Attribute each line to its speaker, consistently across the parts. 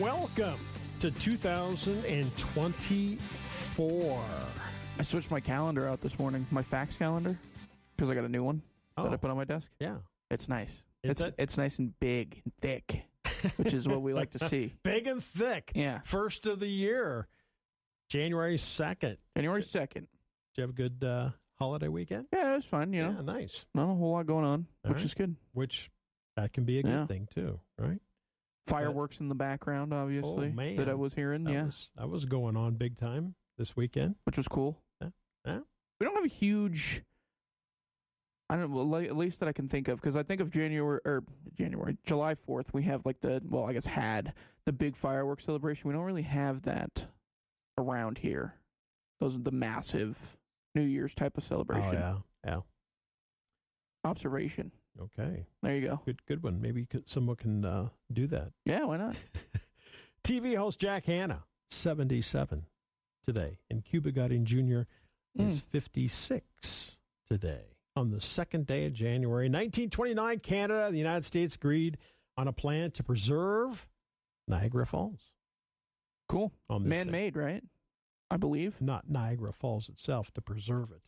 Speaker 1: Welcome to 2024.
Speaker 2: I switched my calendar out this morning, my fax calendar, because I got a new one that I
Speaker 1: Oh.
Speaker 2: put on my desk.
Speaker 1: Yeah.
Speaker 2: It's nice.
Speaker 1: Is
Speaker 2: it's
Speaker 1: that-
Speaker 2: it's nice and big and thick, which is what we like to see.
Speaker 1: Big and thick.
Speaker 2: Yeah,
Speaker 1: First of the year, January 2nd. Did
Speaker 2: January second.
Speaker 1: you have a good uh, holiday weekend?
Speaker 2: Yeah, it was fun. You know,
Speaker 1: Yeah, nice.
Speaker 2: not a whole lot going on,
Speaker 1: All
Speaker 2: which
Speaker 1: right.
Speaker 2: is good.
Speaker 1: Which that can be a good
Speaker 2: Yeah.
Speaker 1: thing too, right? Oh,
Speaker 2: Fireworks in the background, obviously, that I
Speaker 1: man.
Speaker 2: was hearing.
Speaker 1: That
Speaker 2: yeah,
Speaker 1: was, that was going on big time this weekend.
Speaker 2: which was cool.
Speaker 1: Yeah, yeah.
Speaker 2: We don't have a huge. I don't know, well, at least that I can think of, because I think of January or January, July Fourth. We have like the well, I guess had the big fireworks celebration. We don't really have that around here. Those are the massive New Year's type of celebration.
Speaker 1: Oh, yeah, yeah.
Speaker 2: Observation.
Speaker 1: Okay,
Speaker 2: There you go.
Speaker 1: good, good one. Maybe you could, someone can uh, do that.
Speaker 2: Yeah, why not?
Speaker 1: TV host Jack Hanna, seventy-seven today, and Cuba Gooding Jr. is
Speaker 2: Mm.
Speaker 1: fifty-six today. On the second day of January, nineteen twenty-nine, Canada and the United States agreed on a plan to preserve Niagara Falls.
Speaker 2: Cool.
Speaker 1: On this day.
Speaker 2: Man-made, right? I believe.
Speaker 1: not Niagara Falls itself, to preserve it.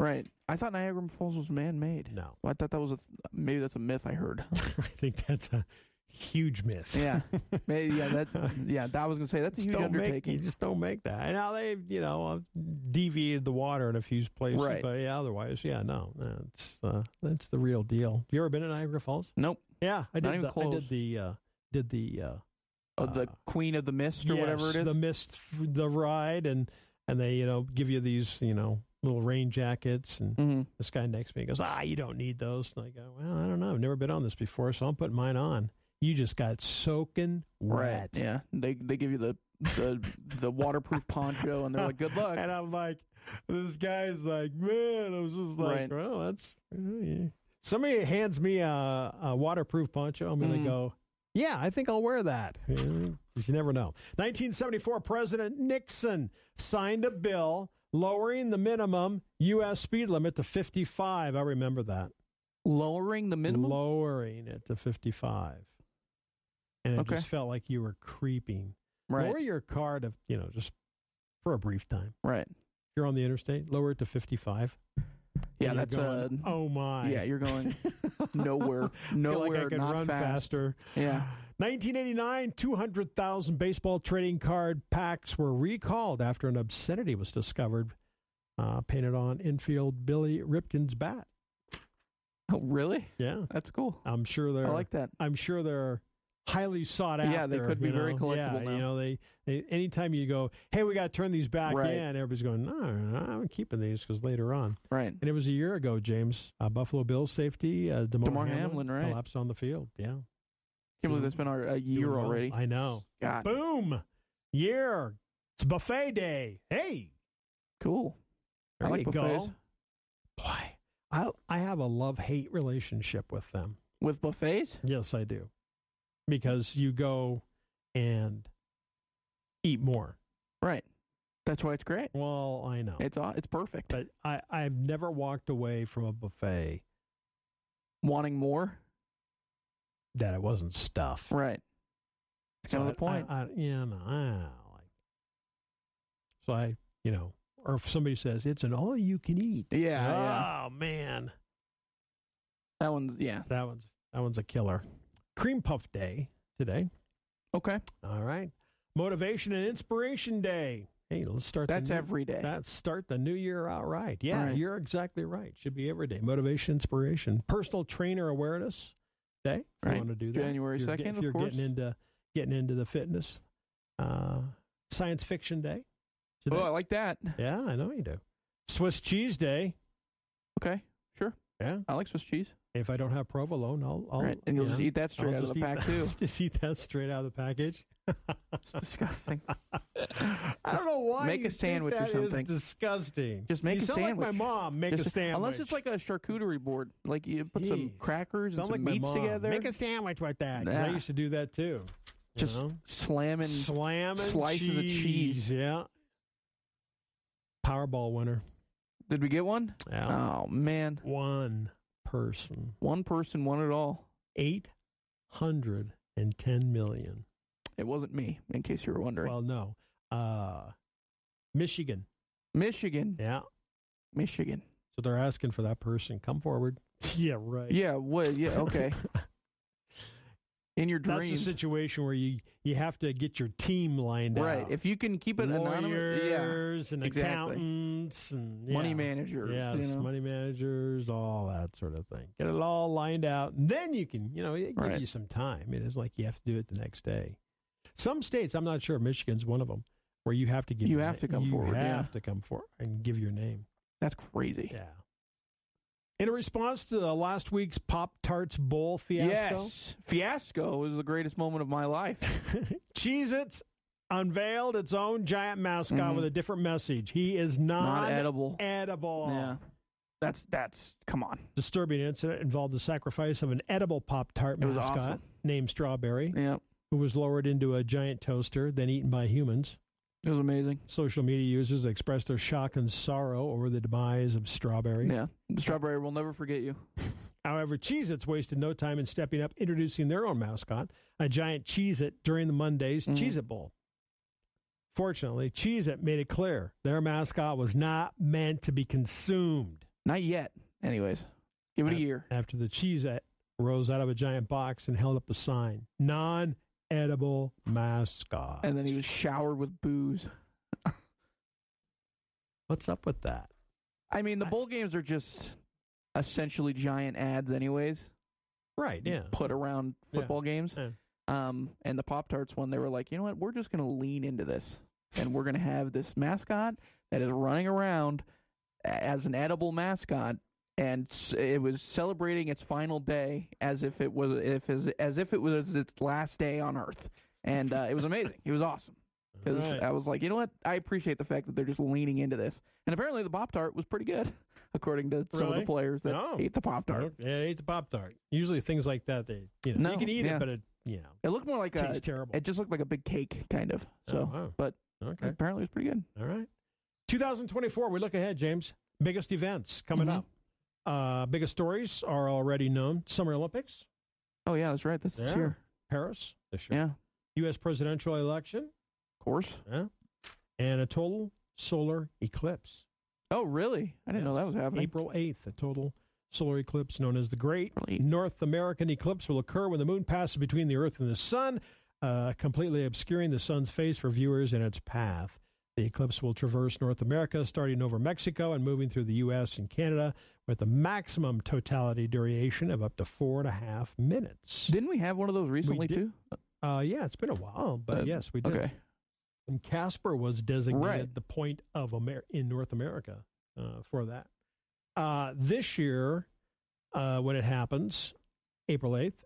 Speaker 2: Right. I thought Niagara Falls was man-made.
Speaker 1: No,
Speaker 2: Well, I thought that was a th- maybe that's a myth I heard.
Speaker 1: I think that's a huge myth.
Speaker 2: Yeah. Maybe, yeah, that yeah, that I was gonna say that's a
Speaker 1: Just
Speaker 2: huge
Speaker 1: don't make,
Speaker 2: undertaking.
Speaker 1: you just don't make that. And now they've, you know, uh, deviated the water in a few places.
Speaker 2: Right.
Speaker 1: But yeah, otherwise, yeah, no, that's uh, that's the real deal. You ever been to Niagara Falls?
Speaker 2: Nope.
Speaker 1: Yeah, I did.
Speaker 2: even
Speaker 1: the, I
Speaker 2: close.
Speaker 1: did the uh, did the uh,
Speaker 2: Of the
Speaker 1: uh,
Speaker 2: Queen of the Mist or whatever
Speaker 1: yes,
Speaker 2: it is.
Speaker 1: the mist, f- the ride, and and they you know give you these you know little rain jackets and
Speaker 2: hmm
Speaker 1: this guy next to me goes, ah, you don't need those. And I go, well, I don't know. I've never been on this before, so I'm putting mine on. You just got soaking
Speaker 2: Right.
Speaker 1: wet.
Speaker 2: Yeah. They they give you the the the waterproof poncho and they're like, good luck.
Speaker 1: And I'm like, this guy's like, man, I was just like,
Speaker 2: Right.
Speaker 1: well, that's. yeah." Somebody hands me a, a waterproof poncho. I'm going to
Speaker 2: Mm.
Speaker 1: go, yeah, I think I'll wear that. You know, 'cause you never know. 1974, President Nixon signed a bill lowering the minimum U.S. speed limit to 55. I remember that.
Speaker 2: Lowering the minimum.
Speaker 1: lowering it to 55 and it
Speaker 2: Okay.
Speaker 1: just felt like you were creeping
Speaker 2: right.
Speaker 1: lower your car to you know just for a brief time
Speaker 2: Right.
Speaker 1: you're on the interstate lower it to 55
Speaker 2: Yeah.
Speaker 1: and you're
Speaker 2: That's uh
Speaker 1: going, oh my
Speaker 2: Yeah. You're going nowhere.
Speaker 1: Feel like
Speaker 2: Nowhere.
Speaker 1: I could
Speaker 2: not
Speaker 1: run
Speaker 2: fast.
Speaker 1: faster
Speaker 2: Yeah.
Speaker 1: 1989 200,000 baseball trading card packs were recalled after an obscenity was discovered uh, painted on infield Billy Ripken's bat
Speaker 2: Oh, really?
Speaker 1: yeah
Speaker 2: That's cool.
Speaker 1: I'm sure there
Speaker 2: I
Speaker 1: are
Speaker 2: like that.
Speaker 1: I'm sure they're highly sought after.
Speaker 2: Yeah, they could be
Speaker 1: you
Speaker 2: very
Speaker 1: know?
Speaker 2: collectible
Speaker 1: Yeah,
Speaker 2: now.
Speaker 1: you know, they, they anytime you go, hey, we got to turn these back
Speaker 2: Right.
Speaker 1: in. Everybody's going, no, no, no, I'm keeping these because later on.
Speaker 2: Right.
Speaker 1: And it was a year ago, James. Uh, Buffalo Bills safety, uh, Demar,
Speaker 2: Damar Hamlin, right.
Speaker 1: collapsed on the field. Yeah,
Speaker 2: Can't believe that's been our, a year
Speaker 1: Doing well.
Speaker 2: already.
Speaker 1: I know.
Speaker 2: God.
Speaker 1: Boom, year. It's buffet day. Hey,
Speaker 2: Cool.
Speaker 1: there
Speaker 2: I like
Speaker 1: you
Speaker 2: buffets.
Speaker 1: go. Boy, I I have a love hate relationship with them.
Speaker 2: With buffets?
Speaker 1: Yes, I do. Because you go and eat more.
Speaker 2: Right. That's why it's great.
Speaker 1: Well, I know.
Speaker 2: It's aw- it's perfect.
Speaker 1: but I, I've never walked away from a buffet
Speaker 2: Wanting more?
Speaker 1: that it wasn't stuff.
Speaker 2: Right. That's kind
Speaker 1: So
Speaker 2: of the
Speaker 1: I- Ah.
Speaker 2: point.
Speaker 1: I, I, yeah, no, I don't like. So I, you know, or if somebody says it's an all you can eat.
Speaker 2: yeah, yeah.
Speaker 1: Oh man,
Speaker 2: That one's yeah.
Speaker 1: that one's that one's a killer. Cream puff day today.
Speaker 2: Okay.
Speaker 1: All right, motivation and inspiration day. Hey, let's start. the
Speaker 2: That's
Speaker 1: new-
Speaker 2: every day.
Speaker 1: That start the new year out right. Yeah,
Speaker 2: Right.
Speaker 1: you're exactly right. Should be every day. Motivation, inspiration, personal trainer awareness day. If
Speaker 2: Right.
Speaker 1: you want to do that.
Speaker 2: January
Speaker 1: If you're
Speaker 2: 2nd,
Speaker 1: get- if
Speaker 2: of
Speaker 1: you're
Speaker 2: course.
Speaker 1: getting into getting into the fitness. Uh, science fiction day. Today.
Speaker 2: Oh, I like that.
Speaker 1: yeah, I know you do. Swiss cheese day.
Speaker 2: Okay. Sure.
Speaker 1: Yeah.
Speaker 2: I like Swiss cheese.
Speaker 1: If I don't have provolone, I'll, I'll
Speaker 2: right. And you'll
Speaker 1: yeah,
Speaker 2: just eat that
Speaker 1: I'll
Speaker 2: straight out of
Speaker 1: just
Speaker 2: the
Speaker 1: eat
Speaker 2: pack
Speaker 1: that-
Speaker 2: too.
Speaker 1: Just eat that straight out of the package.
Speaker 2: It's disgusting.
Speaker 1: I don't know why.
Speaker 2: Make a
Speaker 1: you think
Speaker 2: sandwich or
Speaker 1: that is
Speaker 2: something.
Speaker 1: disgusting.
Speaker 2: Just make
Speaker 1: you
Speaker 2: a
Speaker 1: sound Like
Speaker 2: sandwich.
Speaker 1: my mom make a
Speaker 2: Just-
Speaker 1: sandwich.
Speaker 2: Unless it's like a charcuterie board. Like you put some
Speaker 1: Jeez.
Speaker 2: crackers and
Speaker 1: Sound
Speaker 2: some
Speaker 1: like my
Speaker 2: meats
Speaker 1: mom.
Speaker 2: together.
Speaker 1: Make a sandwich with that. 'cause I
Speaker 2: Nah.
Speaker 1: used to do that too. you
Speaker 2: just
Speaker 1: know?
Speaker 2: slamming
Speaker 1: slamming
Speaker 2: slices of cheese.
Speaker 1: Yeah. Powerball winner.
Speaker 2: Did we get one?
Speaker 1: Yeah.
Speaker 2: Oh man.
Speaker 1: One person.
Speaker 2: One person won it all.
Speaker 1: Eight hundred and ten million.
Speaker 2: It wasn't me, in case you were wondering.
Speaker 1: Well, no. Uh, Michigan.
Speaker 2: Michigan,
Speaker 1: Yeah.
Speaker 2: Michigan.
Speaker 1: So they're asking for that person. Come forward. yeah, right.
Speaker 2: Yeah, what? Yeah, okay. in your
Speaker 1: That's a
Speaker 2: dreams,
Speaker 1: situation where you, you have to get your team lined
Speaker 2: right?
Speaker 1: out.
Speaker 2: If you can keep it anonymous, yeah.
Speaker 1: Lawyers and
Speaker 2: exactly.
Speaker 1: accountants and
Speaker 2: Money
Speaker 1: yeah.
Speaker 2: managers,
Speaker 1: Yes,
Speaker 2: you know?
Speaker 1: money managers, all that sort of thing. Get it all lined out. And then you can, you know, it gives
Speaker 2: Right.
Speaker 1: you some time. It is like you have to do it the next day. Some states, I'm not sure, Michigan's one of them, where you have to give
Speaker 2: You
Speaker 1: your
Speaker 2: have
Speaker 1: na-
Speaker 2: to come
Speaker 1: you
Speaker 2: forward, yeah.
Speaker 1: have to come forward and give your name.
Speaker 2: That's crazy.
Speaker 1: Yeah. In response to the last week's Pop Tarts Bowl fiasco,
Speaker 2: Yes, fiasco was the greatest moment of my life.
Speaker 1: Cheez Its unveiled its own giant mascot
Speaker 2: Mhm.
Speaker 1: with a different message. He is
Speaker 2: Not
Speaker 1: not
Speaker 2: edible.
Speaker 1: edible.
Speaker 2: Yeah, that's that's come on.
Speaker 1: disturbing incident involved the sacrifice of an edible Pop Tart
Speaker 2: It was
Speaker 1: mascot
Speaker 2: awesome.
Speaker 1: named Strawberry,
Speaker 2: Yeah,
Speaker 1: who was lowered into a giant toaster, then eaten by humans.
Speaker 2: it was amazing.
Speaker 1: Social media users expressed their shock and sorrow over the demise of Strawberry.
Speaker 2: Yeah, strawberry will never forget you.
Speaker 1: However, Cheez Its wasted no time in stepping up, introducing their own mascot, a giant Cheez It, during the Monday's
Speaker 2: Mhm.
Speaker 1: Cheez It Bowl. Fortunately, Cheez It made it clear their mascot was not meant to be consumed.
Speaker 2: Not yet. Anyways, give it a year.
Speaker 1: after the cheese at rose out of a giant box and held up a sign non edible mascot.
Speaker 2: And then he was showered with booze.
Speaker 1: What's up with that?
Speaker 2: I mean, the
Speaker 1: I-
Speaker 2: bowl games are just essentially giant ads, anyways.
Speaker 1: Right, yeah.
Speaker 2: Put around
Speaker 1: Yeah.
Speaker 2: football games.
Speaker 1: Yeah.
Speaker 2: Um, and the Pop Tarts one, they were like, you know what? We're just going to lean into this, and we're going to have this mascot that is running around a- as an edible mascot, and s- it was celebrating its final day as if it was if as, as if it was its last day on Earth, and uh, it was amazing. It was awesome. Because
Speaker 1: Right.
Speaker 2: I was like, you know what? I appreciate the fact that they're just leaning into this. And apparently the Pop Tart was pretty good, according to some of
Speaker 1: Really?
Speaker 2: the players that
Speaker 1: No.
Speaker 2: ate the Pop Tart.
Speaker 1: Yeah, I ate the Pop Tart. Usually things like that, they, you know, you
Speaker 2: No,
Speaker 1: can eat
Speaker 2: yeah.
Speaker 1: it, but it, you know,
Speaker 2: It looked more like a.
Speaker 1: tastes terrible.
Speaker 2: It just looked like a big cake, kind of. So,
Speaker 1: Oh, wow.
Speaker 2: but
Speaker 1: okay.
Speaker 2: apparently it was pretty good.
Speaker 1: All right. 2024, we look ahead, James. Biggest events coming
Speaker 2: Mhm.
Speaker 1: up. Uh, biggest stories are already known. Summer Olympics,
Speaker 2: Oh yeah, that's right. That's
Speaker 1: Yeah.
Speaker 2: this year.
Speaker 1: Paris this year.
Speaker 2: Yeah, of
Speaker 1: U.S. presidential election,
Speaker 2: course.
Speaker 1: and a total solar eclipse.
Speaker 2: Oh really? I didn't
Speaker 1: Yeah.
Speaker 2: know that was happening.
Speaker 1: April 8th, a total solar eclipse known as the Great
Speaker 2: April 8th.
Speaker 1: North American Eclipse will occur when the moon passes between the Earth and the Sun, uh, completely obscuring the Sun's face for viewers in its path. The eclipse will traverse North America, starting over Mexico and moving through the U.S. and Canada, with a maximum totality duration of up to four and a half minutes.
Speaker 2: Didn't we have one of those recently
Speaker 1: did.
Speaker 2: too?
Speaker 1: Uh, yeah, it's been a while, but
Speaker 2: Uh,
Speaker 1: yes, we did.
Speaker 2: Okay.
Speaker 1: And Casper was designated
Speaker 2: Right.
Speaker 1: the point of Amer- in North America uh, for that. Uh, this year, uh, when it happens, April 8th,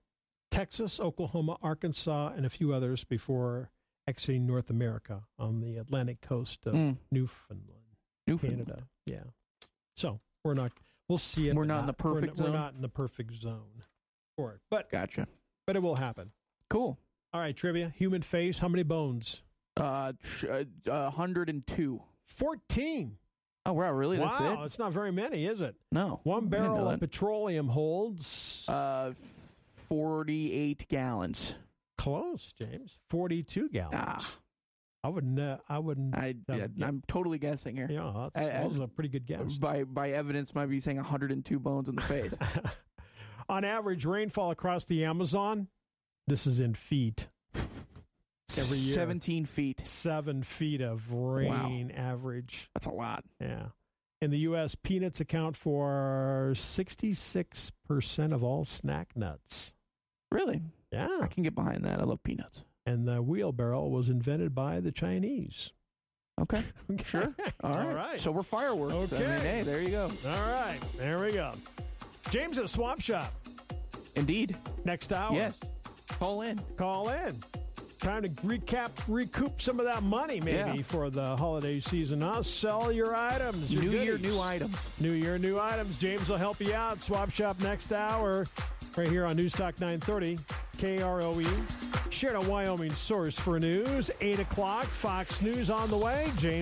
Speaker 1: Texas, Oklahoma, Arkansas, and a few others before exiting North America on the Atlantic coast of
Speaker 2: Mm.
Speaker 1: Newfoundland,
Speaker 2: Newfoundland.
Speaker 1: Canada. Yeah. So we're not, we'll see it.
Speaker 2: We're
Speaker 1: but
Speaker 2: not in the
Speaker 1: we're
Speaker 2: perfect
Speaker 1: not-
Speaker 2: zone?
Speaker 1: We're not in the perfect zone for it, but,
Speaker 2: Gotcha.
Speaker 1: but it will happen.
Speaker 2: Cool.
Speaker 1: All right, trivia human face, how many bones?
Speaker 2: Uh, sh- uh, uh, hundred and two.
Speaker 1: 14.
Speaker 2: Oh wow, really?
Speaker 1: wow,
Speaker 2: That's it?
Speaker 1: it's not very many, is it?
Speaker 2: No.
Speaker 1: One
Speaker 2: I didn't know
Speaker 1: barrel
Speaker 2: that.
Speaker 1: of petroleum holds
Speaker 2: Uh, 48 gallons.
Speaker 1: close, James. Forty-two gallons.
Speaker 2: Ah.
Speaker 1: I wouldn't. Uh, I wouldn't.
Speaker 2: I,
Speaker 1: Yeah.
Speaker 2: I'm totally guessing here.
Speaker 1: yeah, that's,
Speaker 2: I- I-
Speaker 1: that's a pretty good guess.
Speaker 2: By by evidence, might be saying 102 bones in the face.
Speaker 1: On average, rainfall across the Amazon. This is in feet. Every year.
Speaker 2: 17 feet.
Speaker 1: Seven feet of rain average.
Speaker 2: That's a lot.
Speaker 1: Yeah. In the U.S., peanuts account for sixty-six percent of all snack nuts.
Speaker 2: Really,
Speaker 1: Yeah.
Speaker 2: I can get behind that. I love peanuts.
Speaker 1: And the wheelbarrow was invented by the Chinese.
Speaker 2: Okay,
Speaker 1: Okay.
Speaker 2: Sure. all right. So we're fireworks. I mean,
Speaker 1: Okay.
Speaker 2: hey, there you go.
Speaker 1: All right. There we go. James at Swamp Shop.
Speaker 2: Indeed.
Speaker 1: Next hour.
Speaker 2: Yes. Call in.
Speaker 1: Call in. Time to recap, recoup some of that money maybe
Speaker 2: Yeah.
Speaker 1: for the holiday season. Huh? Sell your items. Your
Speaker 2: new year,
Speaker 1: goodies.
Speaker 2: new item.
Speaker 1: New year, new items. James will help you out. Swap Shop next hour, right here on Newstalk 930, E. KROE. Shared a Wyoming source for news. 8 o'clock, Fox News on the way. James.